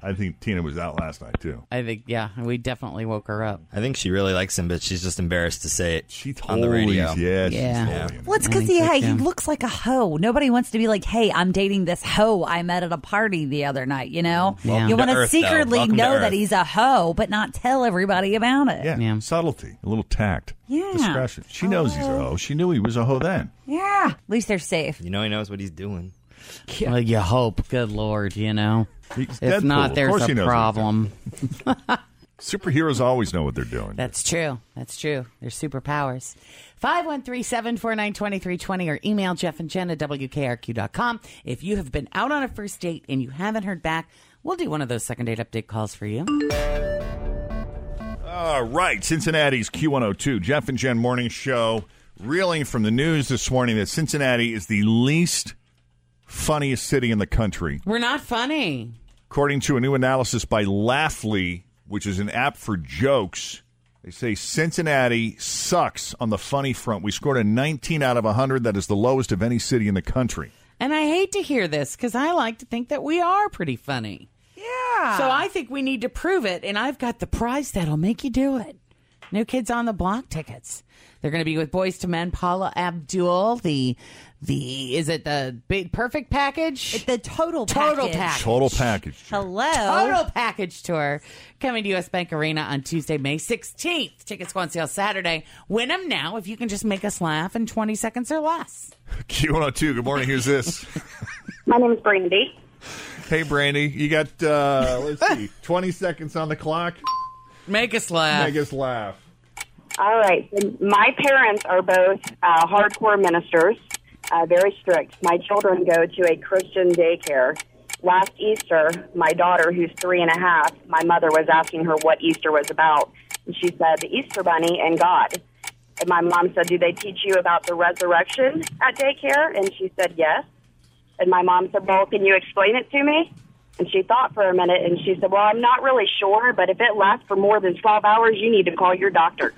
[SPEAKER 2] I think Tina was out last night too.
[SPEAKER 3] I think yeah, we definitely woke her up.
[SPEAKER 10] I think she really likes him, but she's just embarrassed to say it she on the
[SPEAKER 2] totally-
[SPEAKER 10] radio.
[SPEAKER 2] yeah, she's
[SPEAKER 3] Yeah. totally
[SPEAKER 12] Well, it's because he, hey, he looks like a hoe. Nobody wants to be like, hey, I'm dating this hoe I met at a party the other night, you know?
[SPEAKER 2] Welcome
[SPEAKER 12] You
[SPEAKER 2] to
[SPEAKER 12] want to
[SPEAKER 2] Earth, though.
[SPEAKER 12] secretly
[SPEAKER 2] Welcome to
[SPEAKER 12] know that
[SPEAKER 2] Earth.
[SPEAKER 12] he's a hoe, but not tell everybody about it.
[SPEAKER 2] Yeah. Subtlety, a little tact.
[SPEAKER 12] Yeah.
[SPEAKER 2] Discretion. She knows he's a
[SPEAKER 3] Oh.
[SPEAKER 2] hoe. She knew he was a hoe then.
[SPEAKER 12] Yeah. At least they're safe.
[SPEAKER 10] You know he knows what he's doing.
[SPEAKER 3] Well, you hope. Good lord, you know.
[SPEAKER 2] He's
[SPEAKER 3] if not,
[SPEAKER 2] Deadpool. Of
[SPEAKER 3] there's
[SPEAKER 2] course
[SPEAKER 3] a
[SPEAKER 2] he knows what
[SPEAKER 3] problem.
[SPEAKER 2] Superheroes always know what they're doing.
[SPEAKER 3] That's true. That's true. They're superpowers. 513-749-2320 or email Jeff and Jen at WKRQ.com. If you have been out on a first date and you haven't heard back, we'll do one of those second date update calls for you.
[SPEAKER 2] All right, Cincinnati's Q102, Jeff and Jen Morning Show, reeling from the news this morning that Cincinnati is the least funniest city in the country,
[SPEAKER 3] We're not funny.
[SPEAKER 2] according to a new analysis by Laughly, which is an app for jokes. They say Cincinnati sucks on the funny front. We scored a 19 out of 100. That is the lowest of any city in the country.
[SPEAKER 3] And I hate to hear this because I like to think that we are pretty funny. Yeah. So I think we need to prove it, and I've got the prize that'll make you do it. New Kids on the Block tickets. They're going to be with Boys to Men, Paula Abdul. The the is it the big perfect package? It's
[SPEAKER 12] the total
[SPEAKER 3] total
[SPEAKER 12] package.
[SPEAKER 3] package.
[SPEAKER 2] Total package.
[SPEAKER 12] Hello.
[SPEAKER 3] Total package tour coming to US Bank Arena on Tuesday, May 16th. Tickets go on sale Saturday. Win them now if you can just make us laugh in 20 seconds or less.
[SPEAKER 2] Q102. Good morning. Who's this?
[SPEAKER 14] My name is Brandy.
[SPEAKER 2] hey, Brandy. You got uh let's see, 20 seconds on the clock.
[SPEAKER 3] Make us laugh.
[SPEAKER 2] Make us laugh.
[SPEAKER 14] All right. My parents are both uh, hardcore ministers, uh, very strict. My children go to a Christian daycare. Last Easter, my daughter, who's three and a half, my mother was asking her what Easter was about. And she said, the Easter bunny and God. And my mom said, do they teach you about the resurrection at daycare? And she said, yes. And my mom said, well, can you explain it to me? And she thought for a minute and she said, Well, I'm not really sure, but if it lasts for more than 12 hours, you need to call your doctor.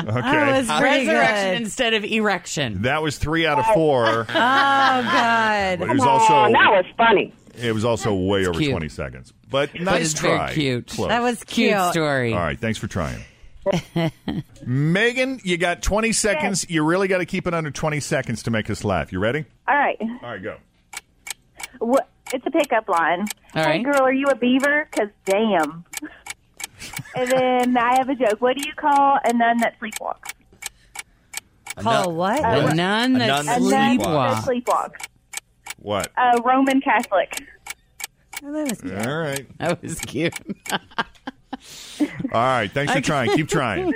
[SPEAKER 2] Okay.
[SPEAKER 3] Resurrection instead of erection.
[SPEAKER 2] That was three out of four.
[SPEAKER 12] God.
[SPEAKER 2] But it was also
[SPEAKER 14] that was funny.
[SPEAKER 2] It was also way over
[SPEAKER 3] cute.
[SPEAKER 2] 20 seconds. But nice
[SPEAKER 3] it's very
[SPEAKER 2] try.
[SPEAKER 3] cute.
[SPEAKER 2] Close.
[SPEAKER 12] That was Cute cute.
[SPEAKER 3] story.
[SPEAKER 2] All right, thanks for trying. Megan, you got 20 seconds. You really got to keep it under 20 seconds to make us laugh. You ready?
[SPEAKER 15] All right.
[SPEAKER 2] All right, go.
[SPEAKER 15] Wha- It's a pickup line. hey,
[SPEAKER 2] All right.
[SPEAKER 15] girl, are you a beaver? Because damn. and then I have a joke. What do you call a nun that sleepwalks?
[SPEAKER 12] Call what?
[SPEAKER 3] A nun
[SPEAKER 15] A
[SPEAKER 3] that
[SPEAKER 15] nun that
[SPEAKER 3] sleepwalks.
[SPEAKER 15] sleepwalks.
[SPEAKER 2] What?
[SPEAKER 15] A Uh, Roman Catholic.
[SPEAKER 2] All right.
[SPEAKER 3] That was cute.
[SPEAKER 2] All right, thanks for trying. Keep trying.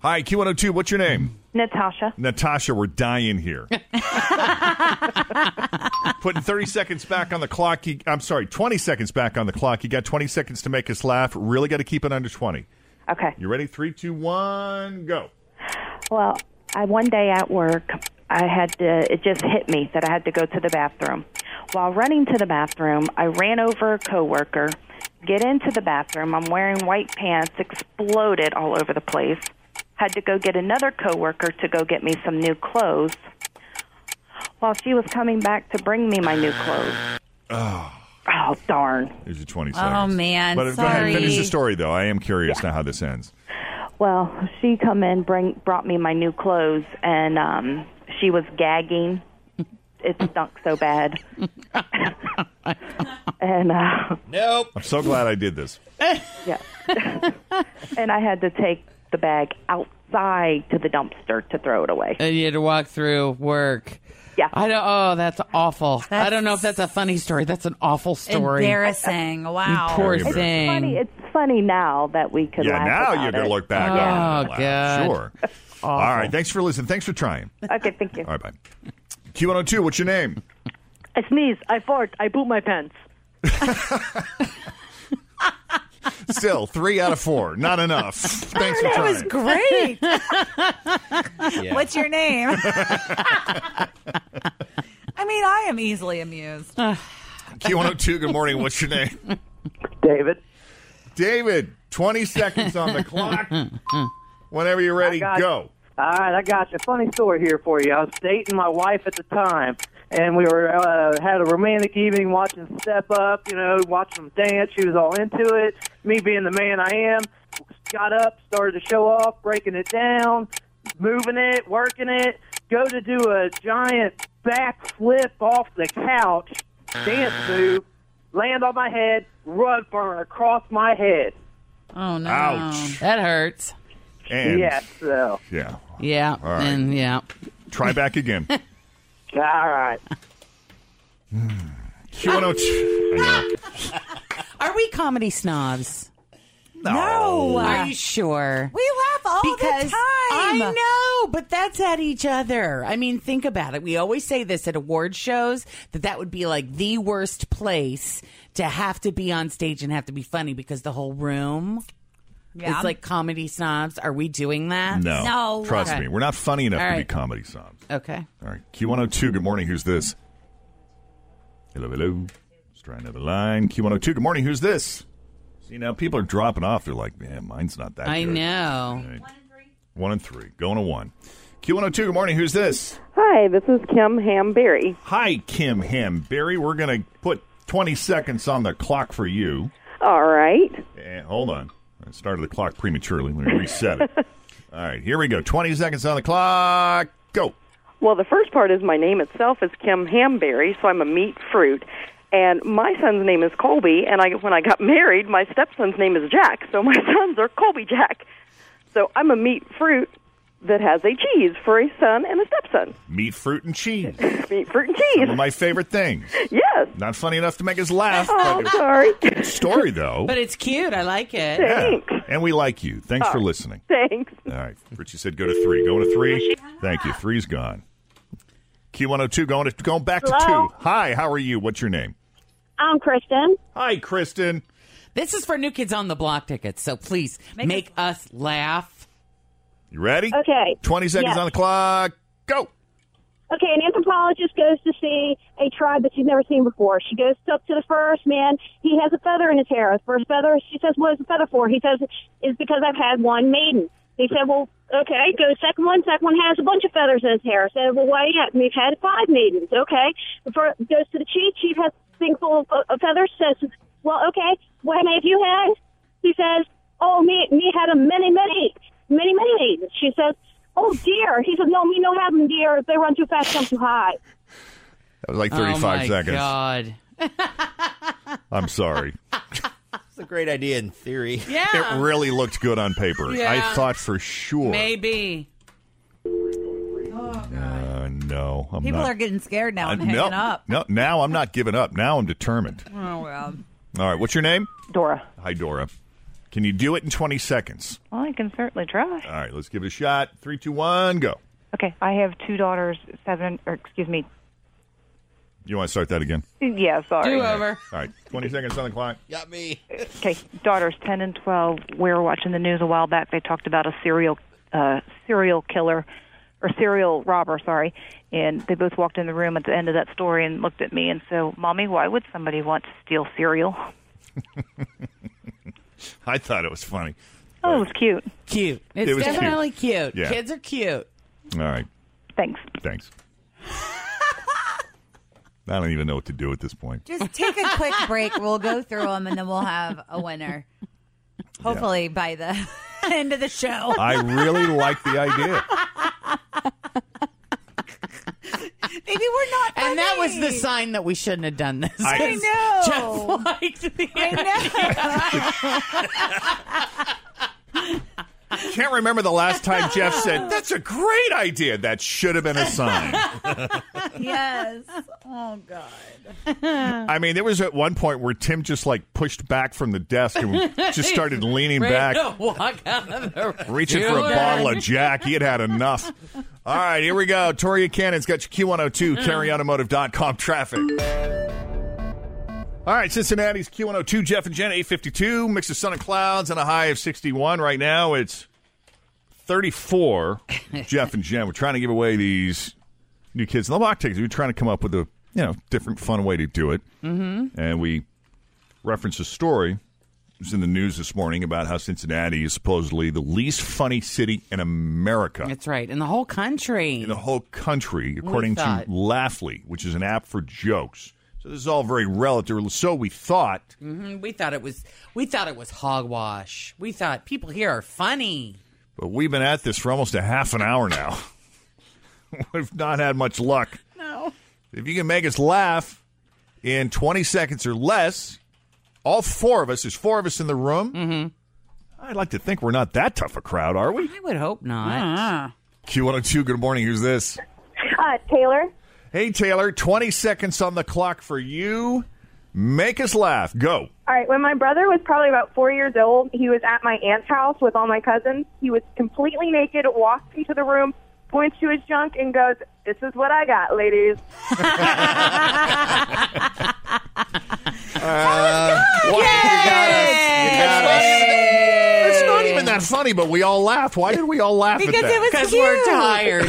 [SPEAKER 2] Hi, Q102, what's your name?
[SPEAKER 15] Natasha.
[SPEAKER 2] Natasha, we're dying here. Putting 30 seconds back on the clock. You, I'm sorry, 20 seconds back on the clock. You got 20 seconds to make us laugh. Really got to keep it under 20.
[SPEAKER 15] Okay.
[SPEAKER 2] You ready? Three, two, one, go.
[SPEAKER 15] Well, I one day at work, I had to. It just hit me that I had to go to the bathroom. While running to the bathroom, I ran over a coworker. Get into the bathroom. I'm wearing white pants. Exploded all over the place. Had to go get another coworker to go get me some new clothes. While she was coming back to bring me my new clothes.
[SPEAKER 2] Oh.
[SPEAKER 15] Oh darn!
[SPEAKER 2] There's your 20
[SPEAKER 15] Oh,
[SPEAKER 2] seconds.
[SPEAKER 15] man,
[SPEAKER 2] But uh, go ahead and finish the
[SPEAKER 15] sorry.
[SPEAKER 2] story though. I am curious now how this ends.
[SPEAKER 15] Well, she come in, bring brought me my new clothes, and um, she was gagging. It stunk so bad. and uh,
[SPEAKER 2] Nope. I'm so glad I did this.
[SPEAKER 15] yeah, and I had to take the bag outside to the dumpster to throw it away.
[SPEAKER 3] And you had to walk through work.
[SPEAKER 15] Yeah.
[SPEAKER 3] I don't. Oh, that's awful. I don't know if that's a funny story. That's an awful story.
[SPEAKER 12] Embarrassing. Wow.
[SPEAKER 3] You poor
[SPEAKER 15] It's
[SPEAKER 3] thing.
[SPEAKER 15] funny. It's funny now that we could.
[SPEAKER 2] yeah,
[SPEAKER 15] laugh
[SPEAKER 2] now
[SPEAKER 15] about
[SPEAKER 2] you're gonna
[SPEAKER 15] it.
[SPEAKER 2] look back. on it. Wow, Sure. All right. Thanks for listening. Thanks for trying.
[SPEAKER 15] Okay, thank you.
[SPEAKER 2] All right, bye. Q102, what's your name?
[SPEAKER 16] I sneeze. I fart. I poop my pants.
[SPEAKER 2] Still three out of four. Not enough. Thanks for
[SPEAKER 12] That
[SPEAKER 2] trying.
[SPEAKER 12] was great. What's your name? I mean, I am easily amused.
[SPEAKER 2] Q102, good morning. What's your name?
[SPEAKER 17] David.
[SPEAKER 2] David, 20 seconds on the clock. Whenever you're ready,
[SPEAKER 17] I got-
[SPEAKER 2] go.
[SPEAKER 17] All right, I got you. Funny story here for you. I was dating my wife at the time, and we were uh, had a romantic evening watching Step Up. You know, watching them dance. She was all into it. Me being the man I am, got up, started to show off, breaking it down, moving it, working it. Go to do a giant backflip off the couch, dance move, land on my head, rug burn across my head.
[SPEAKER 3] Oh no.
[SPEAKER 2] Ouch.
[SPEAKER 3] That hurts.
[SPEAKER 2] And
[SPEAKER 17] yeah, so.
[SPEAKER 2] Yeah.
[SPEAKER 3] Yeah.
[SPEAKER 2] All right.
[SPEAKER 3] And yeah.
[SPEAKER 2] Try back again.
[SPEAKER 17] All right.
[SPEAKER 2] Q102. I know.
[SPEAKER 3] Are we comedy snobs?
[SPEAKER 2] No.
[SPEAKER 3] Are you sure?
[SPEAKER 12] We laugh all
[SPEAKER 3] because
[SPEAKER 12] the time.
[SPEAKER 3] I know, but that's at each other. I mean, think about it. We always say this at award shows that that would be like the worst place to have to be on stage and have to be funny because the whole room
[SPEAKER 12] Yeah.
[SPEAKER 3] is like comedy snobs. Are we doing that?
[SPEAKER 2] No. Trust
[SPEAKER 3] Okay.
[SPEAKER 2] me. We're not funny enough
[SPEAKER 3] All
[SPEAKER 2] to be
[SPEAKER 3] right.
[SPEAKER 2] comedy snobs.
[SPEAKER 3] Okay.
[SPEAKER 2] All right. Q102, good morning. Who's this? Hello, hello. Let's try another line. Q102, good morning. Who's this? See, now people are dropping off. They're like, man, mine's not that
[SPEAKER 3] I
[SPEAKER 2] good.
[SPEAKER 3] know.
[SPEAKER 2] One and three. Going to one. Q102, good morning. Who's this?
[SPEAKER 18] Hi, this is Kim Hamberry.
[SPEAKER 2] Hi, Kim Hamberry. We're going to put 20 seconds on the clock for you.
[SPEAKER 18] All right.
[SPEAKER 2] Eh, hold on. I started the clock prematurely. Let me reset it. All right, here we go. 20 seconds on the clock. Go.
[SPEAKER 18] Well, the first part is my name itself is Kim Hamberry, so I'm a meat fruit. And my son's name is Colby, and I, when I got married, my stepson's name is Jack, so my sons are Colby Jack. So I'm a meat fruit that has a cheese for a son and a stepson.
[SPEAKER 2] Meat, fruit, and cheese.
[SPEAKER 18] Meat, fruit, and
[SPEAKER 2] One
[SPEAKER 18] cheese.
[SPEAKER 2] of my favorite things.
[SPEAKER 18] Yes.
[SPEAKER 2] Not funny enough to make us laugh.
[SPEAKER 18] Oh,
[SPEAKER 2] but it's
[SPEAKER 18] sorry.
[SPEAKER 2] a good story, though.
[SPEAKER 3] But it's cute. I like it.
[SPEAKER 2] Yeah. And we like you. Thanks for
[SPEAKER 3] Oh.
[SPEAKER 2] listening.
[SPEAKER 18] Thanks.
[SPEAKER 2] All right. Richie said go to three. Going to three. Thank you. Three's gone. Q102 going to going back to
[SPEAKER 3] Hello?
[SPEAKER 2] two. Hi, how are you? What's your name?
[SPEAKER 3] I'm Kristen.
[SPEAKER 2] Hi, Kristen.
[SPEAKER 3] This is for New Kids on the Block tickets, so please make, us laugh.
[SPEAKER 2] You ready?
[SPEAKER 3] Uh,
[SPEAKER 19] Okay.
[SPEAKER 2] 20 seconds
[SPEAKER 19] Yeah.
[SPEAKER 2] on the clock. Go.
[SPEAKER 19] Okay, an anthropologist goes to see a tribe that she's never seen before. She goes up to the first man. He has a feather in his hair. The first feather, she says, What is the feather for? He says, It's because I've had one maiden. He said, Well, okay, go to second one. Second one has a bunch of feathers in his hair. I said, Well, why yet? We've had five maidens. Okay. The first goes to the chief. Chief has a thing full of, of feathers. Says, Well, okay, what have you had? He says, Oh, me, me had a many, many, many, many maidens. She says, Oh dear. He says, No, me no have them dear. If they run too fast, jump too high.
[SPEAKER 2] That was like
[SPEAKER 3] Oh,
[SPEAKER 2] 35
[SPEAKER 3] my
[SPEAKER 2] seconds.
[SPEAKER 3] God.
[SPEAKER 2] I'm sorry.
[SPEAKER 10] It's a great idea in theory.
[SPEAKER 3] Yeah.
[SPEAKER 2] It really looked good on paper.
[SPEAKER 3] Yeah.
[SPEAKER 2] I thought for sure.
[SPEAKER 3] Maybe.
[SPEAKER 2] Uh, no, I'm
[SPEAKER 12] People
[SPEAKER 2] not.
[SPEAKER 12] are getting scared now
[SPEAKER 2] I-
[SPEAKER 12] and hanging
[SPEAKER 2] no,
[SPEAKER 12] up.
[SPEAKER 2] No, now I'm not giving up. Now I'm determined.
[SPEAKER 12] Oh, well.
[SPEAKER 2] All right, what's your name?
[SPEAKER 18] Dora.
[SPEAKER 2] Hi, Dora. Can you do it in 20 seconds?
[SPEAKER 18] Well, I can certainly try.
[SPEAKER 2] All right, let's give it a shot. Three, two, one, go.
[SPEAKER 18] Okay, I have two daughters, seven, or excuse me,
[SPEAKER 2] You want to start that again?
[SPEAKER 18] yeah, sorry.
[SPEAKER 2] All right, 20 seconds on the clock.
[SPEAKER 10] Got me.
[SPEAKER 18] Okay, daughters 10 and 12, we were watching the news a while back. They talked about a serial uh, serial killer or serial robber, sorry. And they both walked in the room at the end of that story and looked at me and so, "Mommy, why would somebody want to steal cereal?"
[SPEAKER 2] I thought it was funny.
[SPEAKER 18] Oh, it was cute.
[SPEAKER 3] Cute. It's
[SPEAKER 2] It was cute.
[SPEAKER 3] definitely cute.
[SPEAKER 2] Yeah.
[SPEAKER 3] Kids are cute.
[SPEAKER 2] All right,
[SPEAKER 18] Thanks.
[SPEAKER 2] thanks. I don't even know what to do at this point.
[SPEAKER 12] Just take a quick break. We'll go through them and then we'll have a winner. Hopefully by the end of the show.
[SPEAKER 2] I really like the idea.
[SPEAKER 12] Maybe we're not.
[SPEAKER 3] And that was the sign that we shouldn't have done this.
[SPEAKER 12] I- I
[SPEAKER 3] Just like the
[SPEAKER 2] Can't remember the last time Jeff said, That's a great idea. That should have been a sign.
[SPEAKER 12] yes. Oh God.
[SPEAKER 2] I mean, there was at one point where Tim just like pushed back from the desk and just started leaning
[SPEAKER 3] Ready
[SPEAKER 2] back,
[SPEAKER 3] to walk out of the room.
[SPEAKER 2] reaching for a
[SPEAKER 3] Children.
[SPEAKER 2] bottle of Jack. He had had enough. All right, here we go. Toria Cannon's got your Q102, carryautomotive.com traffic. All right, Cincinnati's Q102, Jeff and Jen, 852, mix of sun and clouds and a high of 61. Right now it's 34, Jeff and Jen. We're trying to give away these new kids in the block tickets. We're trying to come up with a, you know, different fun way to do it
[SPEAKER 7] Mm-hmm.
[SPEAKER 2] and we reference a story that was in the news this morning about how Cincinnati is supposedly the least funny city in America.
[SPEAKER 3] That's right. In the whole country. In
[SPEAKER 2] the whole country, according to
[SPEAKER 3] thought.
[SPEAKER 2] Laughly, which is an app for jokes. So this is all very relative. So we thought.
[SPEAKER 3] hmm We thought it was. We thought it was hogwash. We thought people here are funny.
[SPEAKER 2] But we've been at this for almost a half an hour now. we've not had much luck.
[SPEAKER 3] No.
[SPEAKER 2] If you can make us laugh in 20 seconds or less, all four of us, there's four of us in the room. Mm-hmm. I'd like to think we're not that tough a crowd, are we? I
[SPEAKER 3] would hope
[SPEAKER 2] not. Q102, good morning. Who's this?
[SPEAKER 20] Uh, Taylor.
[SPEAKER 2] Hey, Taylor, 20 seconds on the clock for you. Make us laugh. Go.
[SPEAKER 20] All right, when my brother was probably about four years old, he was at my aunt's house with all my cousins. He was completely naked, walked into the room, points to his junk, and goes, This is what I got, ladies. Oh,
[SPEAKER 2] Uh, why- You got us. You got us. It's not even that funny, but we all laughed. Why did we all laugh at that?
[SPEAKER 3] Because we're tired.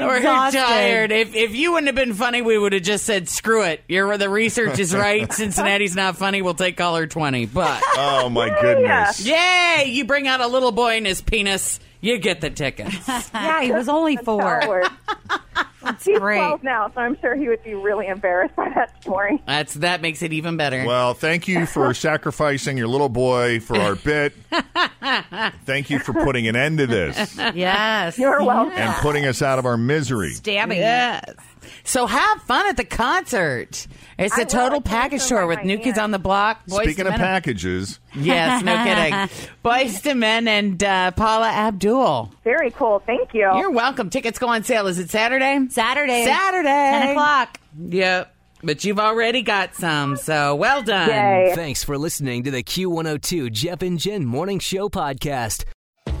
[SPEAKER 3] we're
[SPEAKER 7] Exhausted.
[SPEAKER 3] tired. If if you wouldn't have been funny, we would have just said, "Screw it." Your the research is right. Cincinnati's not funny. We'll take caller twenty. But
[SPEAKER 2] Oh, my goodness.
[SPEAKER 3] yay! You bring out a little boy and his penis. You get the ticket.
[SPEAKER 12] Yeah, he was only four. Let's
[SPEAKER 3] That's
[SPEAKER 15] He's
[SPEAKER 3] great.
[SPEAKER 15] 12 now, so I'm sure he would be really embarrassed by that story.
[SPEAKER 3] That's that makes it even better.
[SPEAKER 2] Well, thank you for sacrificing your little boy for our bit. thank you for putting an end to this
[SPEAKER 3] yes.
[SPEAKER 15] You're welcome.
[SPEAKER 2] and putting us out of our misery.
[SPEAKER 3] Stabbing. Yes. So have fun at the concert. It's a total package tour with New Kids on the Block. Boyz
[SPEAKER 2] Speaking
[SPEAKER 3] II
[SPEAKER 2] of
[SPEAKER 3] Men.
[SPEAKER 2] packages,
[SPEAKER 3] Yes, no kidding. Boys to Men and uh, Paula Abdul.
[SPEAKER 15] Very cool. Thank you.
[SPEAKER 3] You're welcome. Tickets go on sale. Is it Saturday?
[SPEAKER 12] Saturday.
[SPEAKER 3] Saturday.
[SPEAKER 12] 10 o'clock.
[SPEAKER 3] Yep. But you've already got some, so well done.
[SPEAKER 1] Thanks for listening to the Q102 Jeff and Jen Morning Show podcast.